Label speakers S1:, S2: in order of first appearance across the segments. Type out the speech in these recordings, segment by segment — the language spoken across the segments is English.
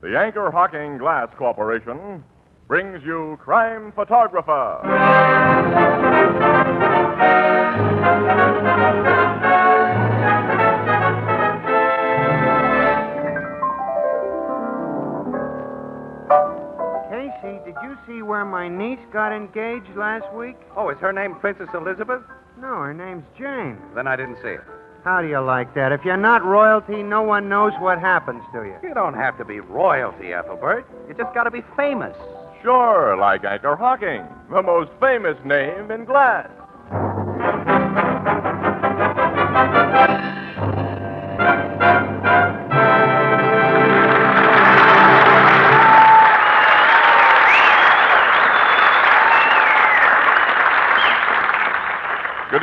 S1: The Anchor Hocking Glass Corporation brings you Crime Photographer.
S2: Casey, did you see where my niece got engaged last week?
S3: Oh, is her name Princess Elizabeth?
S2: No, her name's Jane.
S3: Then I didn't see it.
S2: How do you like that? If you're not royalty, no one knows what happens to you.
S3: You don't have to be royalty, Ethelbert. You just got to be famous.
S1: Sure, like Anchor Hocking, the most famous name in glass. Good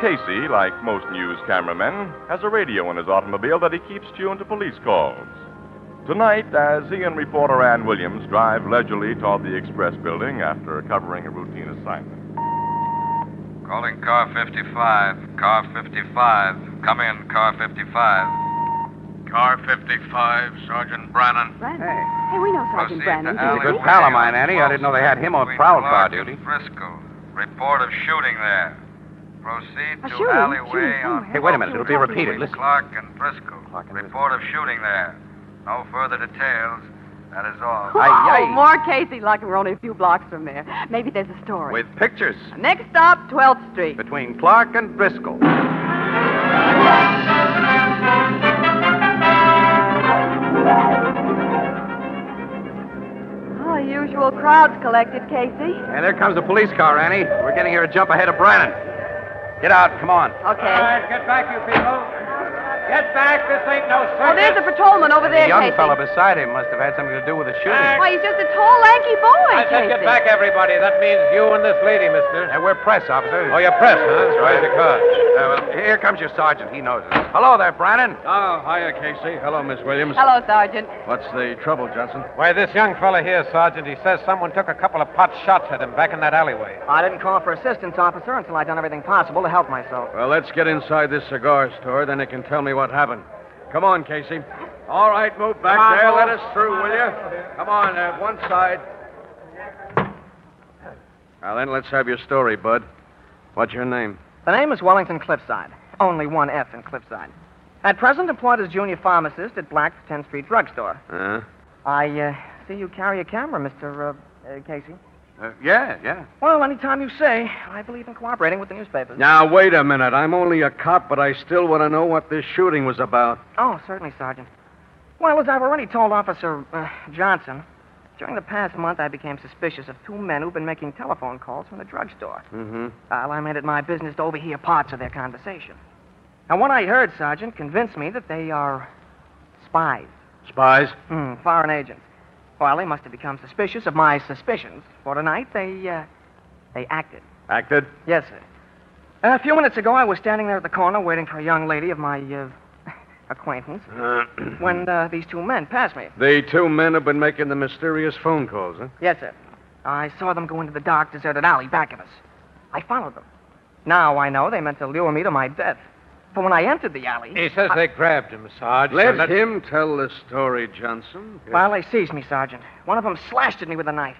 S1: Casey, like most news cameramen, has a radio in his automobile that he keeps tuned to police calls. Tonight, as he and reporter Ann Williams drive leisurely toward the Express building after covering a routine assignment.
S4: Calling car 55. Car 55. Come in, car 55. Car 55, Sergeant Brannan.
S5: Brandon.
S3: Hey.
S5: we know
S4: Proceed
S5: Sergeant
S4: to
S5: Brandon.
S4: alley
S5: don't
S3: good
S5: we?
S3: pal of mine, Annie. I didn't know they had him on
S4: Between
S3: prowl car
S4: Clark
S3: duty.
S4: and Frisco. Report of shooting there. Proceed
S5: A
S4: to
S5: shooting?
S4: alleyway
S5: Shooting
S4: on.
S5: somewhere.
S3: Hey, wait a minute. It'll be
S4: Between
S3: repeated. Listen.
S4: Clark and Frisco.
S3: Clark and
S4: Report of shooting there. No further details. That is all.
S5: Oh,
S3: Aye, aye.
S5: more Casey like we're only a few blocks from there. Maybe there's a story.
S3: With pictures
S5: Next stop, 12th Street.
S3: between Clark and Driscoll.
S5: Oh, the usual crowd's collected, Casey.
S3: And there comes the police car, Annie. We're getting here a jump ahead of Brannon. Get out. Come on.
S5: Okay.
S3: get back, you people. Get back. This ain't no
S5: Oh, there's a patrolman over
S3: the
S5: there,
S3: young
S5: Casey.
S3: fellow beside him must have had something to do with the shooting.
S5: Why, he's just a tall, lanky boy, Casey.
S3: everybody. That means you and this lady, mister. And we're press officers. Oh, you're press, huh? That's right. The car. here comes your sergeant. He knows us. Hello there, Brannon.
S6: Oh, hiya, Casey. Hello, Miss Williams.
S5: Hello, Sergeant.
S6: What's the trouble, Johnson?
S7: Why, this young fella here, Sergeant, he says someone took a couple of pot shots at him back in that alleyway.
S8: I didn't call for assistance, officer, until I'd done everything possible to help myself.
S6: Well, let's get inside this cigar store, then you can tell me what happened. Come on, Casey. All right, move back
S3: Come on,
S6: there.
S3: Bo.
S6: Let us through, will you? Come on, uh, one side. Now then, let's have your story, Bud. What's your name?
S8: The name is Wellington Cliffside. Only one F in Cliffside. At present employed as junior pharmacist at Black's 10th Street Drugstore.
S6: Huh?
S8: I uh, see you carry a camera, Mr. Uh, uh, Casey.
S6: Uh, yeah, yeah.
S8: Well, anytime you say, I believe in cooperating with the newspapers.
S6: Now, wait a minute. I'm only a cop, but I still want to know what this shooting was about.
S8: Oh, certainly, Sergeant. Well, as I've already told Officer uh, Johnson, during the past month I became suspicious of two men who've been making telephone calls from the drugstore.
S6: Mm-hmm.
S8: Well, I made it my business to overhear parts of their conversation. And what I heard, Sergeant, convinced me that they are spies.
S6: Spies?
S8: Hmm, foreign agents. Well, they must have become suspicious of my suspicions. For tonight, they, uh, they acted.
S6: Acted?
S8: Yes, sir. A few minutes ago, I was standing there at the corner waiting for a young lady of my, uh, acquaintance
S6: Uh,
S8: when uh, these two men passed me.
S6: the two men have been making the mysterious phone calls, huh?
S8: Yes, sir. I saw them go into the dark, deserted alley back of us. I followed them. Now I know they meant to lure me to my death. For when I entered the alley,
S7: He says they grabbed him, Sarge.
S6: Let
S7: and that-
S6: him tell the story, Johnson.
S8: Well, they seized me, Sergeant. One of them slashed at me with a knife.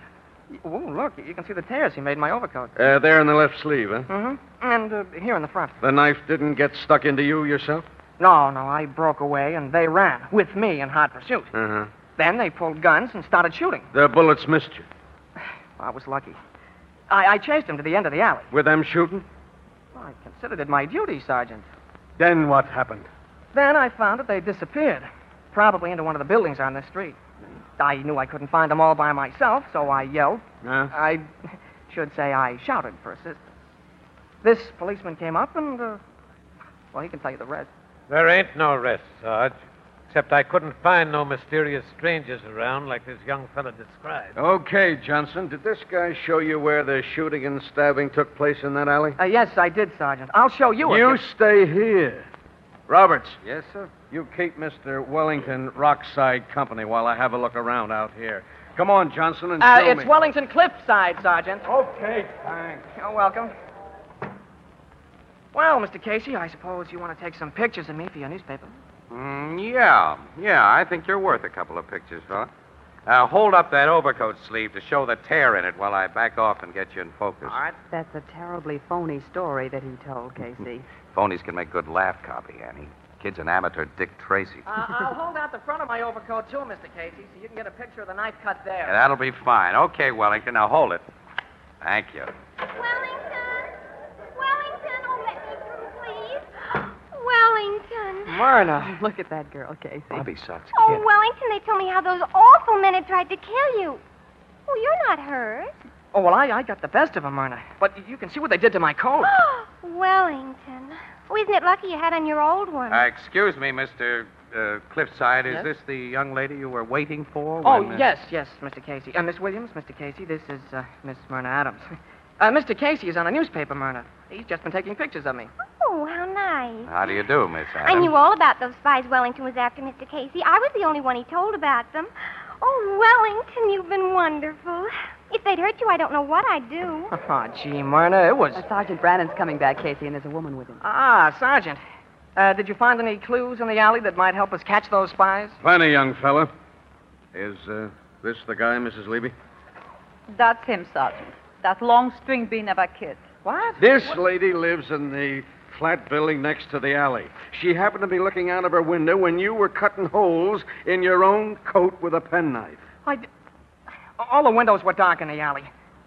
S8: Oh, look, you can see the tears he made in my overcoat.
S6: Uh, there in the left sleeve, huh?
S8: Mm-hmm. And uh, here in the front.
S6: The knife didn't get stuck into you yourself?
S8: No, no, I broke away, and they ran with me in hot pursuit.
S6: Uh-huh.
S8: Then they pulled guns and started shooting.
S6: The bullets missed you.
S8: I was lucky. I, I chased them to the end of the alley.
S6: Were them shooting?
S8: I considered it my duty, Sergeant.
S6: Then what happened?
S8: Then I found that they disappeared, probably into one of the buildings on this street. I knew I couldn't find them all by myself, so I yelled.
S6: Huh?
S8: I should say I shouted for assistance. This policeman came up and, uh, well, he can tell you the rest.
S7: There ain't no rest, Sarge.
S9: Except I couldn't find no mysterious strangers around like this young fella described.
S6: Okay, Johnson, did this guy show you where the shooting and stabbing took place in that alley?
S8: Uh, yes, I did, Sergeant. I'll show you. if
S6: You stay here. Roberts,
S4: Yes, sir.
S6: you keep Mr. Wellington Rockside company while I have a look around out here. Come on, Johnson, and
S8: Uh,
S6: show
S8: it's
S6: me.
S8: Wellington Cliffside, Sergeant.
S6: Okay, thanks.
S8: You're welcome. Well, Mr. Casey, I suppose you want to take some pictures of me for your newspaper.
S4: Mm, yeah, yeah. I think you're worth a couple of pictures, fella. Uh, hold up that overcoat sleeve to show the tear in it while I back off and get you in focus.
S8: All right.
S10: That's a terribly phony story that he told, Casey.
S4: Phonies can make good laugh copy, Annie. Kid's an amateur Dick Tracy.
S8: Uh, I'll hold out the front of my overcoat, too, Mr. Casey, so you can get a picture of the knife cut
S4: Yeah,
S8: there.
S4: that'll be fine. Okay, Wellington, now hold it. Thank you.
S11: Wellington! Wellington! Oh, let me through, please. Wellington!
S8: Myrna.
S10: Look at that girl, Casey.
S4: Bobby sucks
S11: Oh, Wellington, they told me how those awful men had tried to kill you. Oh, you're not hurt.
S8: Oh, well, I, I got the best of 'em, Myrna. But you can see what they did to my coat.
S11: Wellington. Oh, isn't it lucky you had on your old one?
S4: Uh, excuse me, Mr. Uh, Cliffside. Is
S8: Yes?
S4: this the young lady you were waiting for?
S8: Oh,
S4: when, uh,
S8: yes, yes, Mr. Casey. Uh, Miss Williams, Mr. Casey, this is uh, Miss Myrna Adams. Uh, Mr. Casey is on a newspaper, Myrna. He's just been taking pictures of me.
S11: Oh, how nice.
S4: How do you do, Miss
S11: I
S4: Adams?
S11: knew all about those spies Wellington was after, Mr. Casey. I was the only one he told about them. Oh, Wellington, you've been wonderful. If they'd hurt you, I don't know what I'd do.
S8: Oh, gee, Myrna, it was.
S10: Uh, Sergeant Brannan's coming back, Casey, and there's a woman with him.
S8: Ah, Sergeant. Uh, did you find any clues in the alley that might help us catch those spies?
S6: Plenty, young fella. Is uh, this the guy, Mrs. Levy?
S5: That's him, Sergeant. That long string bean of a kid.
S8: What?
S6: This lady lives in the flat building next to the alley. She happened to be looking out of her window when you were cutting holes in your own coat with a penknife.
S8: I d- All the windows were dark in the alley.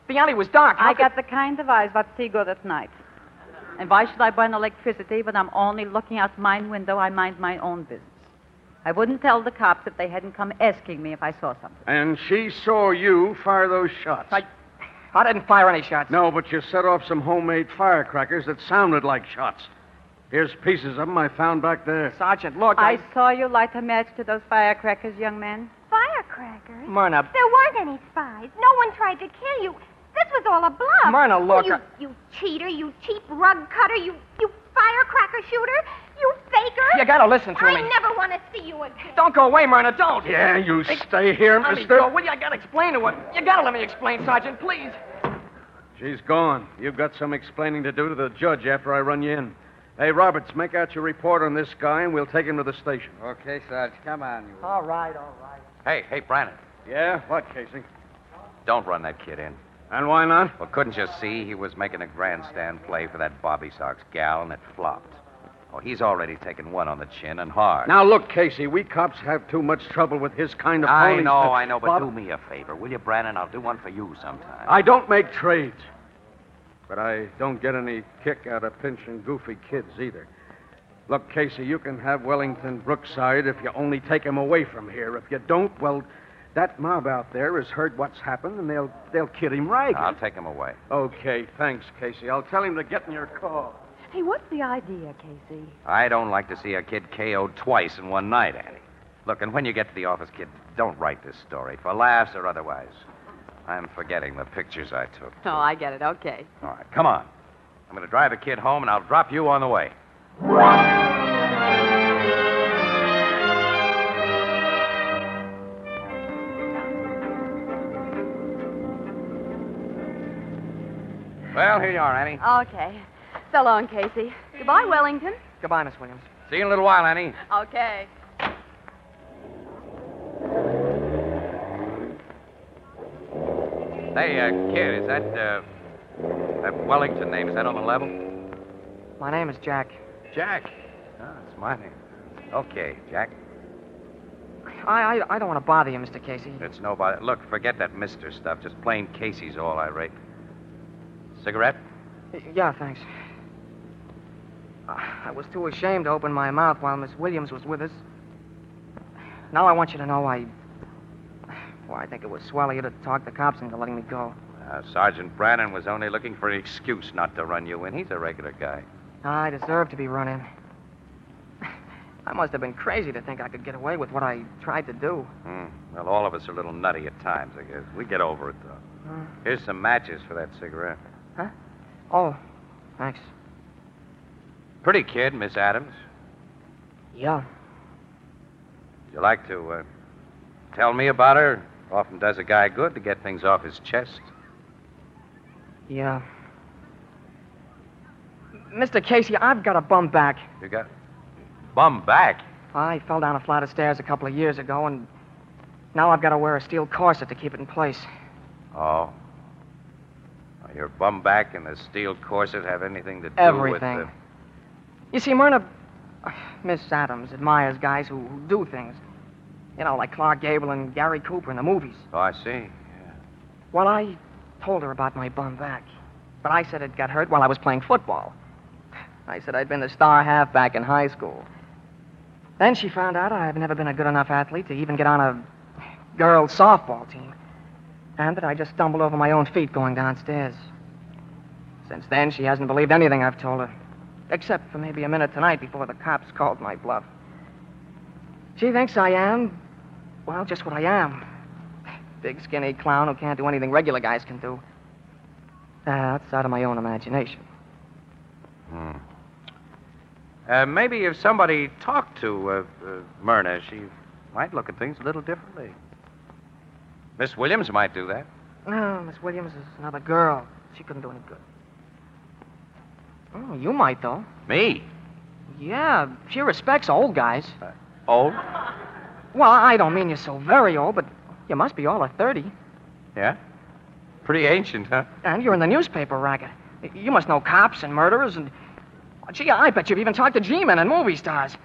S8: The alley was dark. How
S5: I
S8: could-
S5: got the kind of eyes what see good at night. And why should I burn electricity when I'm only looking out mine window? I mind my own business. I wouldn't tell the cops if they hadn't come asking me if I saw something.
S6: And she saw you fire those shots.
S8: I, I didn't fire any shots.
S6: No, but you set off some homemade firecrackers that sounded like shots. Here's pieces of them I found back there.
S8: Sergeant, look.
S5: I saw you light a match to those firecrackers, young man.
S11: Firecrackers.
S8: Myrna.
S11: There weren't any spies. No one tried to kill you. This was all a bluff.
S8: Myrna, look,
S11: You,
S8: I-
S11: you cheater, you cheap rug cutter, you, you firecracker shooter, you faker.
S8: You gotta listen to
S11: I
S8: me.
S11: never want to see you again.
S8: Don't go away, Myrna. Don't.
S6: Yeah, you stay here,
S8: Let me
S6: mister.
S8: go, will you? I gotta explain to her. You gotta let me explain, Sergeant, please.
S6: She's gone. You've got some explaining to do to the judge after I run you in. Hey, Roberts, make out your report on this guy, and we'll take him to the station.
S4: Okay, Sarge, come on, you.
S8: All right, all right.
S4: Hey, hey, Brannon,
S6: Yeah? What, Casey?
S4: don't run that kid in.
S6: And why not?
S4: Well, couldn't you see he was making a grandstand play for that Bobby Sox gal, and it flopped? Oh, he's already taken one on the chin and hard.
S6: Now, look, Casey, we cops have too much trouble with his kind of
S4: I
S6: ponies
S4: know,
S6: that-
S4: I know, but
S6: Bob,
S4: do me a favor, will you, Brannon? I'll do one for you sometime.
S6: I don't make trades. But I don't get any kick out of pinching goofy kids either. Look, Casey, you can have Wellington Brookside if you only take him away from here. If you don't, well, that mob out there has heard what's happened, and they'll they'll kid him right.
S4: I'll take him away.
S6: Okay, thanks, Casey. I'll tell him to get in your car.
S10: Hey, what's the idea, Casey?
S4: I don't like to see a kid KO'd twice in one night, Annie. Look, and when you get to the office, kid, don't write this story, for laughs or otherwise. I'm forgetting the pictures I took.
S10: Oh, I get it. Okay.
S4: All right, come on. I'm going to drive the kid home, and I'll drop you on the way.
S6: Well, here you are, Annie.
S10: Okay. So long, Casey. Goodbye, Wellington.
S8: Goodbye, Miss Williams.
S6: See you in a little while, Annie.
S10: Okay.
S4: Hey, uh, kid, is that, uh, that Wellington name, is that on the level?
S8: My name is Jack.
S4: Jack. Oh, it's my name. Okay, Jack.
S8: I, I, I don't want to bother you, Mr. Casey.
S4: It's nobody. Look, forget that mister stuff. Just plain Casey's all I rate. Cigarette?
S8: Yeah, thanks. Uh, I was too ashamed to open my mouth while Miss Williams was with us. Now I want you to know I. Well, I think it was swell of you to talk the cops into letting me go.
S4: Uh, Sergeant Brannon was only looking for an excuse not to run you in. He's a regular guy.
S8: I deserve to be run in. I must have been crazy to think I could get away with what I tried to do.
S12: Hmm. Well, all of us are a little nutty at times, I guess. We get over it, though. Here's some matches for that cigarette.
S8: Oh, thanks.
S12: Pretty kid, Miss Adams.
S8: Yeah.
S12: Would you like to uh, tell me about her? Often does a guy good to get things off his chest.
S8: Yeah. Mr. Casey, I've got a bum back.
S12: You got bum back.
S8: I fell down a flight of stairs a couple of years ago, and now I've got to wear a steel corset to keep it in place.
S12: Oh. Now, Your bum back and the steel corset have anything to do
S8: Everything.
S12: with
S8: You see, Myrna, Miss Adams admires guys who who do things. You know, like Clark Gable and Gary Cooper in the movies.
S12: the... Oh, I see.
S8: Well, I told her about my bum back, but I said it got hurt while I was playing football. I said I'd been the star halfback in high school. Then she found out I've never been a good enough athlete to even get on a girls' softball team, and that I just stumbled over my own feet going downstairs. Since then, she hasn't believed anything I've told her, except for maybe a minute tonight before the cops called my bluff. She thinks I am, well, just what I am big skinny clown who can't do anything regular guys can do. Uh, that's out of my own imagination.
S12: Hmm. Uh, maybe if somebody talked to uh, uh, Myrna, she might look at things a little differently. Miss Williams might do that.
S8: No, Miss Williams is another girl. She couldn't do any good. Oh, you might, though.
S12: Me?
S8: Yeah, she respects old guys.
S12: Old?
S8: Well, I don't mean you're so very old, but you must be all of 30.
S12: Yeah? Pretty ancient, huh?
S8: And you're in the newspaper racket. You must know cops and murderers and. Gee, I bet you've even talked to G men and movie stars.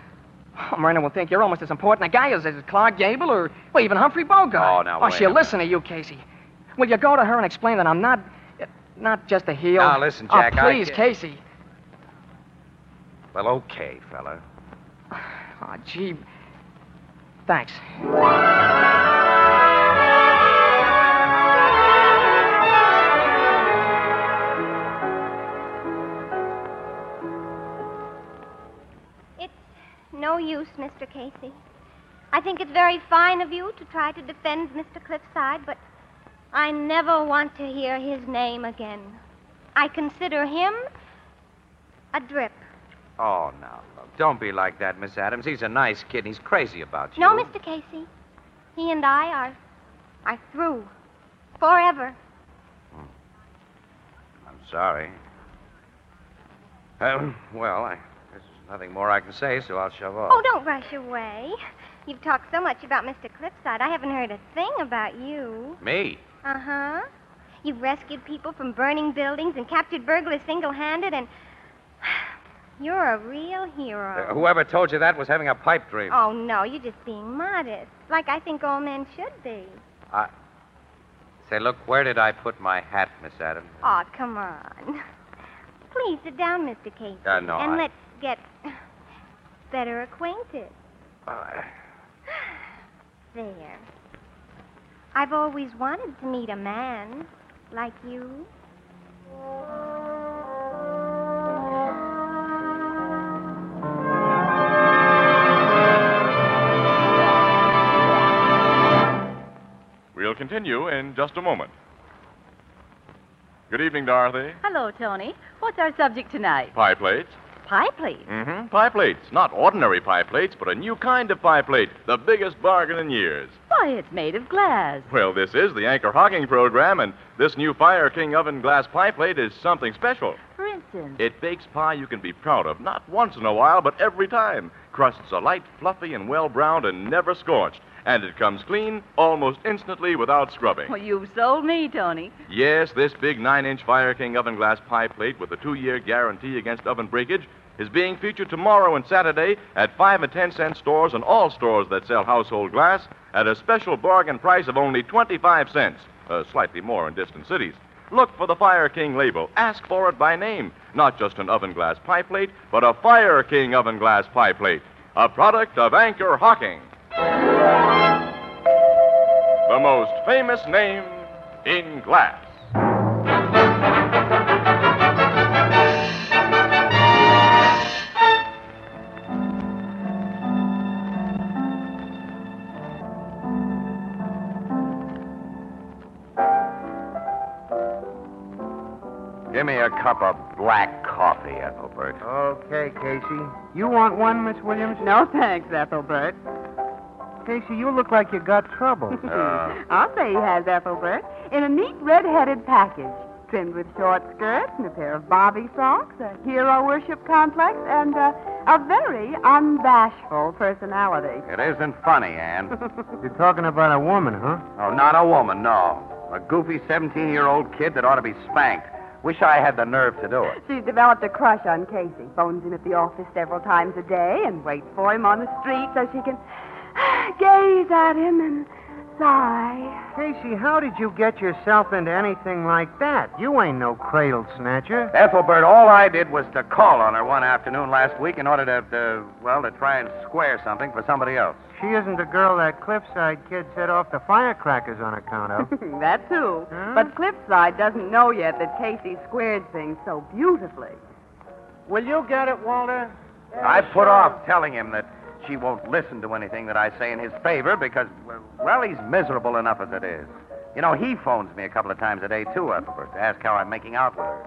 S8: Oh, Myrna will think you're almost as important a guy as, as Clark Gable or well, even Humphrey Bogart.
S12: Oh, now,
S8: Oh,
S12: wait a
S8: she'll
S12: minute.
S8: listen to you, Casey. Will you go to her and explain that I'm not. not just a heel?
S12: Now, listen,
S8: Oh,
S12: Jack, I
S8: please,
S12: can't-
S8: Casey.
S12: Well, okay, fella.
S8: Oh, gee. Thanks.
S11: It's no use, Mr. Casey. I think it's very fine of you to try to defend Mr. Cliffside, but I never want to hear his name again. I consider him a drip.
S12: Oh, now, look, don't be like that, Miss Adams. He's a nice kid, and he's crazy about you.
S11: No, Mr. Casey. He and I are are through. Forever.
S12: I'm sorry. Um, well, I guess there's nothing more I can say, so I'll shove off.
S11: Oh, don't rush away. You've talked so much about Mr. Cliffside, I haven't heard a thing about you.
S12: Me?
S11: Uh huh. You've rescued people from burning buildings and captured burglars single handed, and you're a real hero.
S12: Uh, whoever told you that was having a pipe dream.
S11: Oh, no, you're just being modest, like I think all men should be.
S12: I... Say, look, where did I put my hat, Miss Adams?
S11: Oh, come on. Please sit down, Mr. Casey.
S12: Uh, no,
S11: and
S12: I-
S11: let's get better acquainted.
S12: Uh,
S11: There. I've always wanted to meet a man like you.
S1: We'll continue in just a moment. Good evening, Dorothy.
S13: Hello, Tony. What's our subject tonight?
S1: Pie plates.
S13: Pie, please.
S1: Mm-hmm. Pie plates. Not ordinary pie plates, but a new kind of pie plate. The biggest bargain in years.
S13: Why, it's made of glass.
S1: Well, this is the Anchor Hocking program, and this new Fire King oven glass pie plate is something special.
S13: For instance,
S1: It bakes pie you can be proud of, not once in a while, but every time. Crusts are light, fluffy, and well browned and never scorched. And it comes clean almost instantly without scrubbing.
S13: well, you've sold me, Tony.
S1: Yes, this big 9 inch Fire King oven glass pie plate with a two year guarantee against oven breakage is being featured tomorrow and Saturday at 5 and 10 cent stores and all stores that sell household glass at a special bargain price of only 25 cents, uh, slightly more in distant cities. Look for the Fire King label. Ask for it by name. Not just an oven glass pie plate, but a Fire King oven glass pie plate, a product of Anchor Hocking. The most famous name in glass. Give me a cup of black coffee, Ethelbert.
S2: Okay, Casey. You want one, Miss Williams?
S5: No, thanks, Ethelbert.
S2: Casey, you look like you got trouble.
S5: I'll say he has Ethelbert in a neat red-headed package, trimmed with short skirts and a pair of bobby socks, a hero worship complex, and uh, a very unbashful personality.
S1: It isn't funny, Ann.
S2: You're talking about a woman, huh?
S1: Oh, not a woman, no. A goofy 17 year old kid that ought to be spanked. Wish I had the nerve to do it.
S5: She's developed a crush on Casey. Phones him at the office several times a day and waits for him on the street so she can gaze at him and sigh.
S2: Casey, how did you get yourself into anything like that? You ain't no cradle snatcher.
S1: Ethelbert, all I did was to call on her one afternoon last week in order to,
S4: uh,
S1: to well, to try and square something for somebody else.
S2: She isn't the girl that Cliffside kid set off the firecrackers on account of.
S5: that too. But Cliffside doesn't know yet that Casey squared things so beautifully.
S2: Will you get it, Walter?
S1: I put off telling him that she won't listen to anything that I say in his favor because, well, he's miserable enough as it is. You know, he phones me a couple of times a day, too, Ethelbert, to ask how I'm making out with her.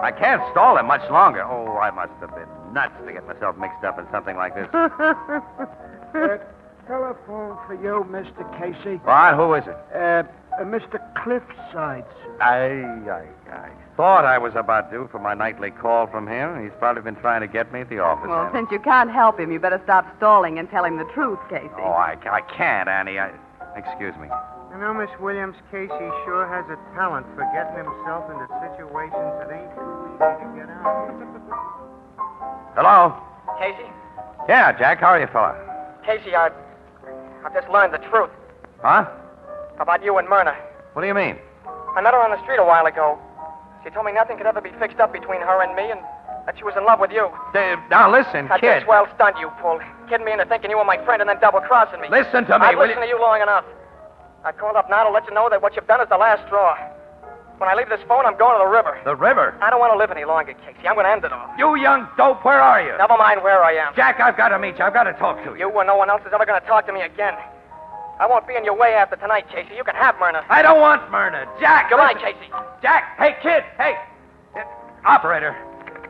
S1: I can't stall him much longer. Oh, I must have been nuts to get myself mixed up in something like this.
S14: uh, telephone for you, Mr. Casey.
S1: What? Who is it?
S14: Uh, uh, Mr. Cliffside, sir.
S1: I, I, I thought I was about due for my nightly call from him. He's probably been trying to get me at the office.
S5: Well,
S1: Annie.
S5: since you can't help him, you better stop stalling and tell him the truth, Casey.
S1: Oh, I, I can't, Annie. I, excuse me.
S2: You know, Miss Williams, Casey sure has a talent for getting himself into situations that ain't too easy to get out of.
S1: Hello?
S8: Casey?
S1: Yeah, Jack, how are you, fella?
S8: Casey, I, I've just learned the truth
S1: Huh?
S8: about you and Myrna.
S1: What do you mean?
S8: I met her on the street a while ago. She told me nothing could ever be fixed up between her and me, and that she was in love with you.
S1: Dave, now listen,
S8: I
S1: kid.
S8: just well stunned you, pulled. Kidding me into thinking you were my friend and then double crossing me.
S1: Listen to me,
S8: I've
S1: will
S8: listened
S1: you-
S8: to you long enough. I called up now to let you know that what you've done is the last straw. When I leave this phone, I'm going to the river.
S1: The river.
S8: I don't want to live any longer, Casey. I'm going to end it all.
S1: You young dope, where are you?
S8: Never mind where I am.
S1: Jack, I've got to meet you. I've got to talk to you.
S8: You or no one else is ever going to talk to me again. I won't be in your way after tonight, Casey. You can have Myrna.
S1: I don't want Myrna. Jack,
S8: Goodbye,
S1: listen.
S8: Casey.
S1: Jack, hey, kid, hey. Uh, Operator.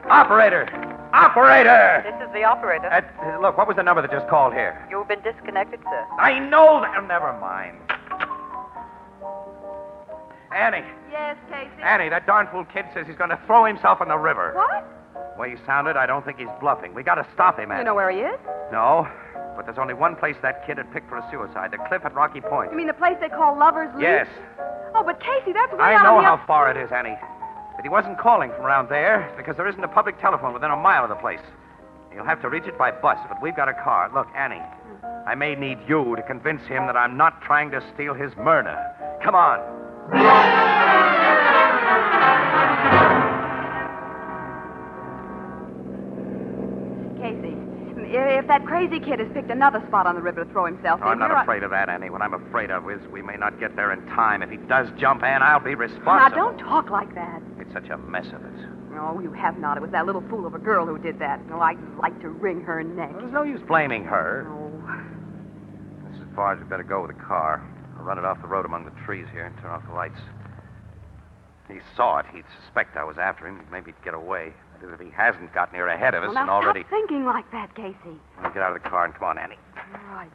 S1: Operator. Operator.
S4: This is the operator.
S1: Uh, uh, look, what was the number that just called here?
S4: You've been disconnected, sir.
S1: I know that. oh, Never mind. Annie,
S4: Yes, Casey.
S1: Annie, that darn fool kid says he's going to throw himself in the river.
S5: What?
S1: The way he sounded, I don't think he's bluffing. We got to stop him, Annie.
S5: You know where he is?
S1: No, but there's only one place that kid had picked for a suicide the cliff at Rocky Point.
S5: You mean the place they call Lover's Leap?
S1: Yes,
S5: Oh, but Casey, that's way
S1: I
S5: out
S1: know
S5: in the
S1: how far it is, Annie. But he wasn't calling from around there because there isn't a public telephone within a mile of the place. He'll have to reach it by bus, but we've got a car. Look, Annie, I may need you to convince him that I'm not trying to steal his Myrna. Come on.
S5: Casey, if if that crazy kid has picked another spot on the river to throw himself
S1: No, Oh,
S5: in,
S1: I'm not
S5: we're-
S1: afraid of that, Annie. What I'm afraid of is we may not get there in time. If he does jump, Ann, I'll be
S5: Now,
S1: responsible.
S5: don't talk like that.
S1: It's such a mess of it.
S5: No, you have not. It was that little fool of a girl who did that. No, I'd like to wring her neck.
S1: There's no use blaming her. This is as far as we better go with the car. I'll run it off the road among the trees here and turn off the lights. If he saw it, he'd suspect I was after him. Maybe he'd get away. That is, if he hasn't gotten here ahead of us
S5: Well, now,
S1: and already.
S5: Stop thinking like that, Casey.
S1: Now, Get out of the car and come on, Annie.
S5: All right.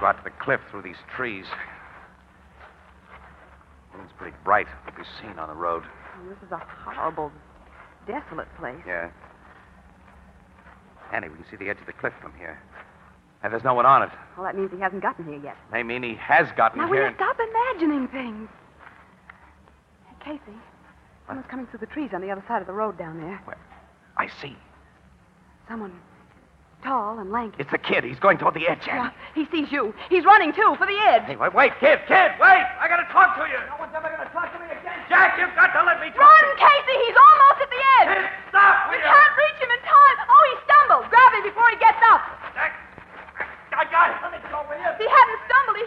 S1: Go out to the cliff through these trees. It's pretty bright. Won't be seen on the road.
S5: Oh, This is a horrible, desolate place.
S1: Yeah. Annie, we can see the edge of the cliff from here. And there's no one on it.
S5: Well, that means he hasn't gotten here yet.
S1: They mean he has gotten
S5: now, will
S1: here.
S5: you
S1: and-
S5: stop imagining things? Hey, Casey, someone's coming through the trees on the other side of the road down there.
S1: I see.
S5: Someone tall and lanky.
S1: It's the kid. He's going toward the edge, Annie.
S5: Yeah, he sees you. He's running, too, for the edge.
S1: Hey, wait, wait, kid, kid, wait! I gotta talk to you. No one's ever gonna talk to me again. Jack, you've got to let me talk.
S5: Run, Casey! He's almost at the edge!
S1: stop!
S5: We can't reach him in time! Oh, he stumbled! Grab him before he gets up!
S1: I got it. Let me go with
S5: If he hadn't stumbled, he...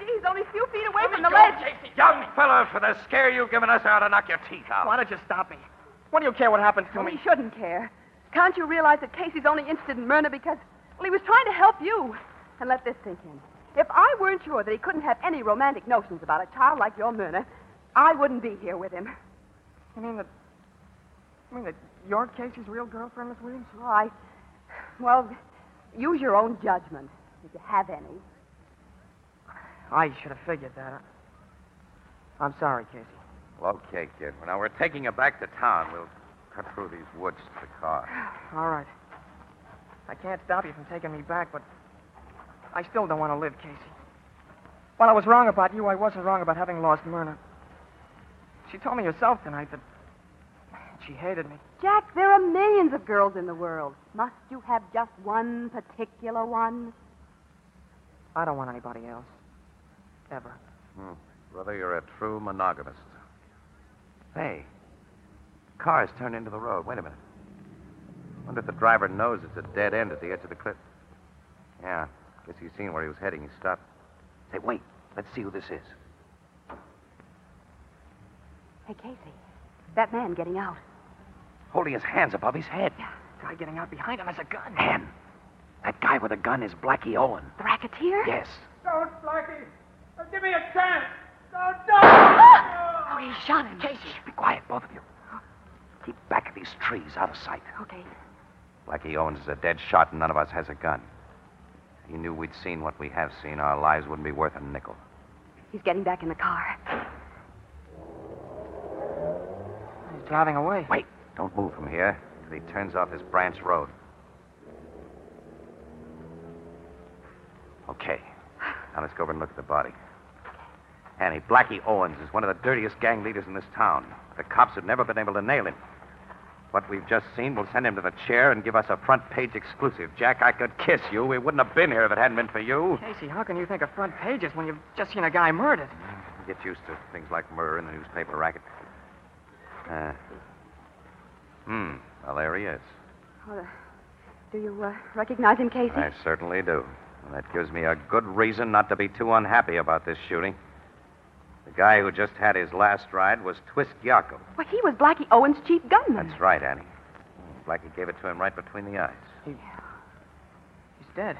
S5: Gee, he's only a few feet away from the ledge.
S1: Casey. Young fella, for the scare you've given us, I ought to knock your teeth out.
S8: Why don't you stop me? What do you care what happens to
S5: Well,
S8: me?
S5: he shouldn't care. Can't you realize that Casey's only interested in Myrna because, well, he was trying to help you? And let this sink in. If I weren't sure that he couldn't have any romantic notions about a child like your Myrna, I wouldn't be here with him.
S8: You mean that. You mean that you're Casey's real girlfriend, Miss Williams?
S15: All right. Well, use your own judgment, if you have any.
S8: I should have figured that. I'm sorry, Casey.
S1: Okay, kid. Well, now we're taking you back to town. We'll cut through these woods to the car.
S8: All right. I can't stop you from taking me back, but I still don't want to live, Casey. While I was wrong about you, I wasn't wrong about having lost Myrna. She told me herself tonight that she hated me.
S15: Jack, there are millions of girls in the world. Must you have just one particular one?
S8: I don't want anybody else. Ever.
S1: Hmm. Brother, you're a true monogamist. Hey, car's turned into the road. Wait a minute. Wonder if the driver knows it's a dead end at the edge of the cliff. Yeah, guess he's seen where he was heading. He stopped. Say, wait. Let's see who this is.
S15: Hey, Casey, that man getting out.
S1: Holding his hands above his head.
S8: Guy getting out behind him has a gun.
S1: Man, that guy with a gun is Blackie Owen.
S15: The racketeer?
S1: Yes.
S16: Don't, Blackie. Uh, Give me a chance. Don't, don't.
S15: Oh, he shot him. Casey.
S1: Be quiet, both of you. Keep back of these trees, out of sight.
S15: Okay.
S1: Blackie Owens is a dead shot, and none of us has a gun. He knew we'd seen what we have seen. Our lives wouldn't be worth a nickel.
S15: He's getting back in the car.
S8: He's driving away.
S1: Wait. Don't move from here till he turns off this branch road. Okay. Now let's go over and look at the body. Annie, Blackie Owens is one of the dirtiest gang leaders in this town. The cops have never been able to nail him. What we've just seen will send him to the chair and give us a front page exclusive. Jack, I could kiss you. We wouldn't have been here if it hadn't been for you.
S8: Casey, how can you think of front pages when you've just seen a guy murdered?
S1: Get used to things like murder in the newspaper racket. Uh, hmm. Well, there he is.
S15: Oh, the- do you uh, recognize him, Casey?
S1: I certainly do. And that gives me a good reason not to be too unhappy about this shooting. The guy who just had his last ride was Twist Yaco.
S15: Well, he was Blackie Owen's chief gunman.
S1: That's right, Annie. Blackie gave it to him right between the eyes.
S8: He's dead.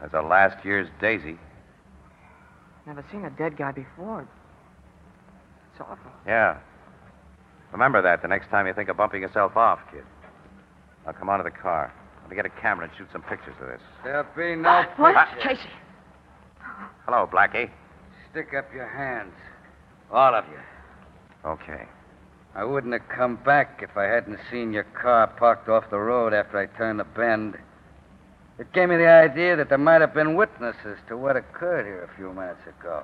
S1: As a last year's daisy.
S8: Never seen a dead guy before. It's awful.
S1: Yeah. Remember that the next time you think of bumping yourself off, kid. Now come on to the car. Let me get a camera and shoot some pictures of this.
S17: There be no
S8: What?
S17: picture.
S8: Casey.
S1: Hello, Blackie.
S17: Stick up your hands. All of you.
S1: Okay.
S4: I wouldn't have come back if I hadn't seen your car parked off the road after I turned the bend. It gave me the idea that there might have been witnesses to what occurred here a few minutes ago.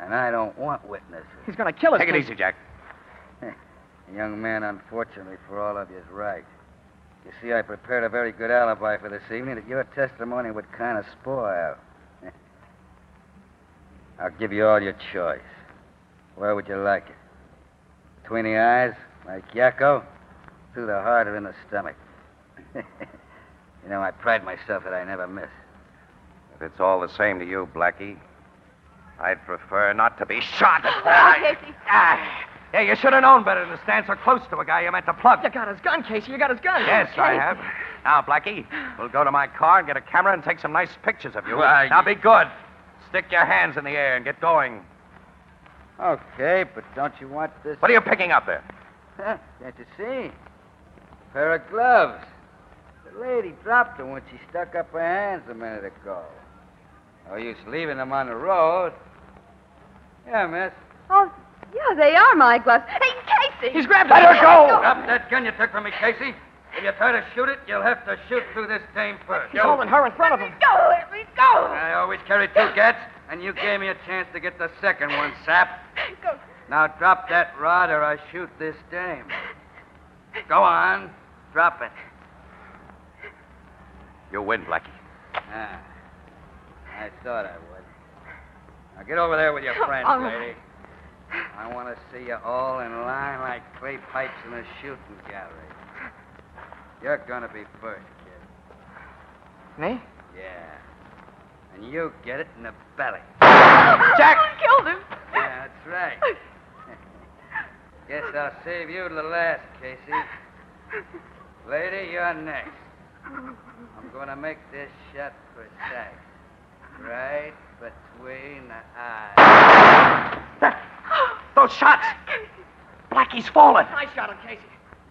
S4: And I don't want witnesses.
S8: He's going to kill us.
S1: Take it
S8: Casey.
S1: easy, Jack.
S4: The young man, unfortunately for all of you, is right. You see, I prepared a very good alibi for this evening that your testimony would kind of spoil. I'll give you all your choice. Where would you like it? Between the eyes, like Yakko? Through the heart or in the stomach? you know, I pride myself that I never miss.
S1: If it's all the same to you, Blackie, I'd prefer not to be shot.
S15: Casey.
S1: Ah. Yeah, you should have known better than to stand so close to a guy you meant to plug.
S8: You got his gun, Casey. You got his gun.
S1: Yes, I have. Now, Blackie, we'll go to my car and get a camera and take some nice pictures of you.
S4: Why,
S1: now, be good. Stick your hands in the air and get going.
S4: Okay, but don't you want this?
S1: What are you picking up there?
S4: Huh, can't you see? Pair of gloves. The lady dropped them when she stuck up her hands a minute ago. No use leaving them on the road. Yeah, miss.
S15: Oh, yeah, they are my gloves. Hey, Casey!
S8: He's grabbed
S15: Let
S8: her go!
S4: Drop that gun you took from me, Casey. If you try to shoot it, you'll have to shoot through this dame first.
S8: He's holding her in front of him.
S15: Go, let me go!
S4: I always carry two gats, and you gave me a chance to get the second one, sap.
S15: Go.
S4: Now drop that rod or I shoot this dame. Go on. Drop it.
S1: You win, Blackie.
S4: Ah, I thought I would. Now get over there with your friends,
S15: All right.
S4: lady. I want to see you all in line like clay pipes in a shooting gallery. You're gonna be first, kid.
S8: Me?
S4: Yeah. And you get it in the belly.
S8: Jack!
S15: Killed him.
S4: Yeah, that's right. Guess I'll save you to the last, Casey. Lady, you're next. I'm gonna make this shot precise. Right between the eyes.
S1: Those shots!
S8: Blackie's fallen. I shot him, Casey.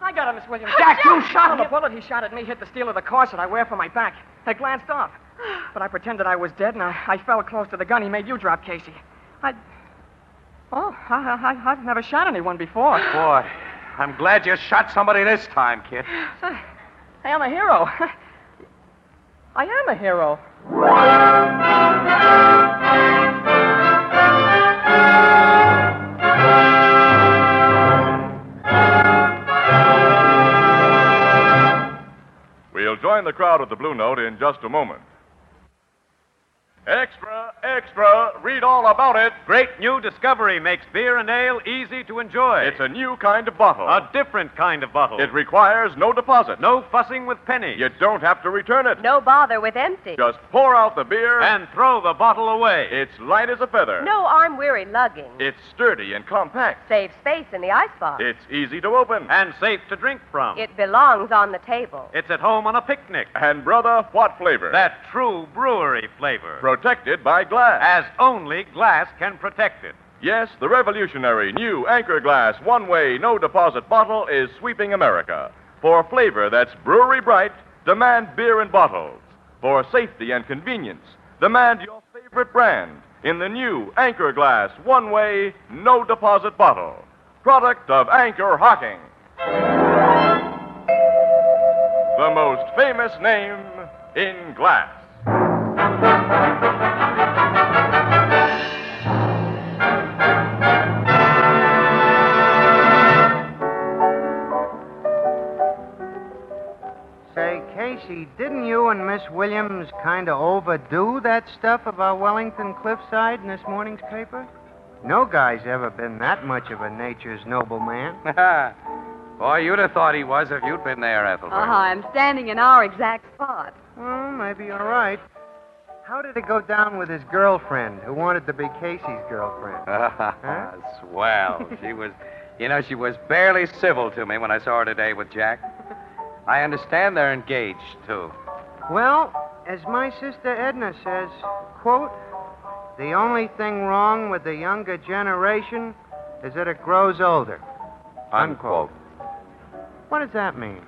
S8: I got him, Miss Williams.
S18: Jack, you shot
S8: him. The bullet he shot at me hit the steel of the corset I wear for my back. I glanced off. But I pretended I was dead, and I, I fell close to the gun he made you drop, Casey. I. Oh, I, I, I've never shot anyone before.
S3: Boy, I'm glad you shot somebody this time, kid.
S8: I am a hero. I am a hero.
S1: We'll join the crowd at the Blue Note in just a moment. Extra, extra, read all about it.
S19: Great new discovery makes beer and ale easy to enjoy.
S1: It's a new kind of bottle.
S19: A different kind of bottle.
S1: It requires no deposit.
S19: No fussing with pennies.
S1: You don't have to return it.
S13: No bother with empty.
S1: Just pour out the beer
S19: And throw the bottle away.
S1: It's light as a feather.
S13: No arm weary lugging.
S1: It's sturdy and compact.
S13: Saves space in the icebox.
S1: It's easy to open.
S19: And safe to drink from.
S13: It belongs on the table.
S19: It's at home on a picnic.
S1: And, brother, what flavor?
S19: That true brewery flavor.
S1: Protected by glass.
S19: As only glass can protect it.
S1: Yes, the revolutionary new Anchor Glass one way, no deposit bottle is sweeping America. For flavor that's brewery bright, demand beer in bottles. For safety and convenience, demand your favorite brand in the new Anchor Glass one way, no deposit bottle. Product of Anchor Hocking. The most famous name in glass.
S2: Say, Casey, didn't you and Miss Williams kind of overdo that stuff about Wellington Cliffside in this morning's paper? No guy's ever been that much of a nature's nobleman.
S12: Boy, you'd have thought he was if you'd been there, Ethelbert.
S15: Uh-huh, I'm standing in our exact spot.
S2: Well, maybe you're right. How did it go down with his girlfriend, who wanted to be Casey's girlfriend?
S12: Ah, Swell. She was, you know, she was barely civil to me when I saw her today with Jack. I understand they're engaged, too.
S2: Well, as my sister Edna says, quote, the only thing wrong with the younger generation is that it grows older.
S12: Unquote.
S2: What does that mean?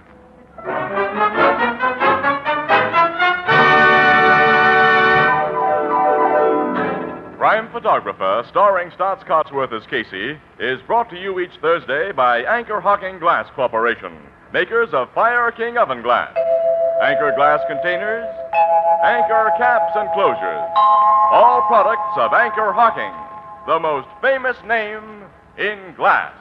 S1: Crime Photographer, starring Stotts Cotsworth as Casey, is brought to you each Thursday by Anchor Hocking Glass Corporation, makers of Fire King Oven Glass, Anchor Glass Containers, Anchor Caps and Closures. All products of Anchor Hocking, the most famous name in glass.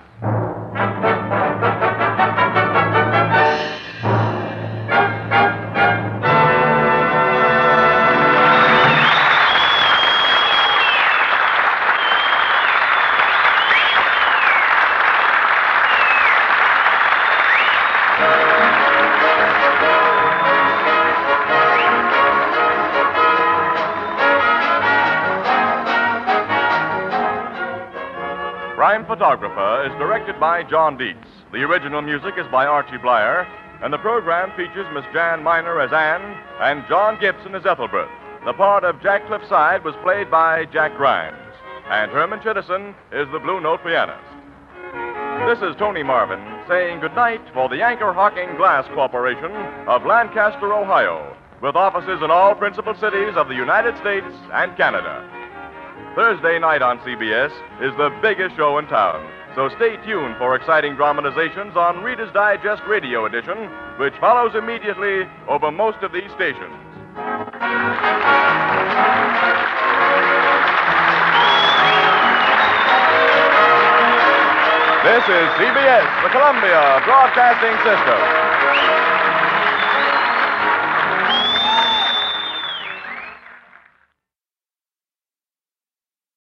S1: Crime Photographer is directed by John Dietz. The original music is by Archie Blyer, and the program features Miss Jan Miner as Anne and John Gibson as Ethelbert. The part of Jack Cliffside was played by Jack Grimes, and Herman Chittison is the Blue Note pianist. This is Tony Marvin saying goodnight for the Anchor Hocking Glass Corporation of Lancaster, Ohio, with offices in all principal cities of the United States and Canada. Thursday night on CBS is the biggest show in town. So stay tuned for exciting dramatizations on Reader's Digest Radio Edition, which follows immediately over most of these stations. This is CBS, the Columbia Broadcasting System.